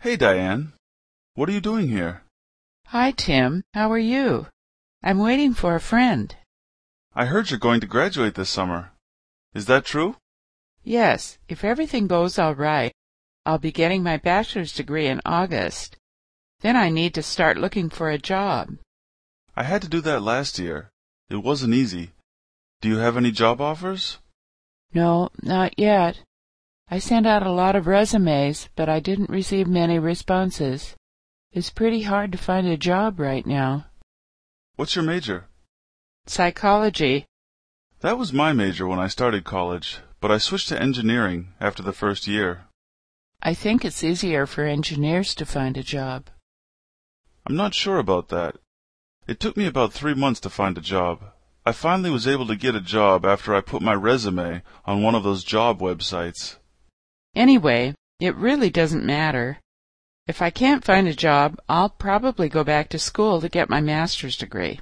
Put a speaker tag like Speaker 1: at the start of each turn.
Speaker 1: Hey, Diane. What are you doing here?
Speaker 2: Hi, Tim. How are you? I'm waiting for a friend.
Speaker 1: I heard you're going to graduate this summer. Is that true?
Speaker 2: Yes, if everything goes all right, I'll be getting my bachelor's degree in August. Then I need to start looking for a job.
Speaker 1: I had to do that last year. It wasn't easy. Do you have any job offers?
Speaker 2: No, not yet. I sent out a lot of resumes, but I didn't receive many responses. It's pretty hard to find a job right now.
Speaker 1: What's your major?
Speaker 2: Psychology.
Speaker 1: That was my major when I started college, but I switched to engineering after the first year.
Speaker 2: I think it's easier for engineers to find a job.
Speaker 1: I'm not sure about that. It took me about three months to find a job. I finally was able to get a job after I put my resume on one of those job websites.
Speaker 2: Anyway, it really doesn't matter. If I can't find a job, I'll probably go back to school to get my master's degree.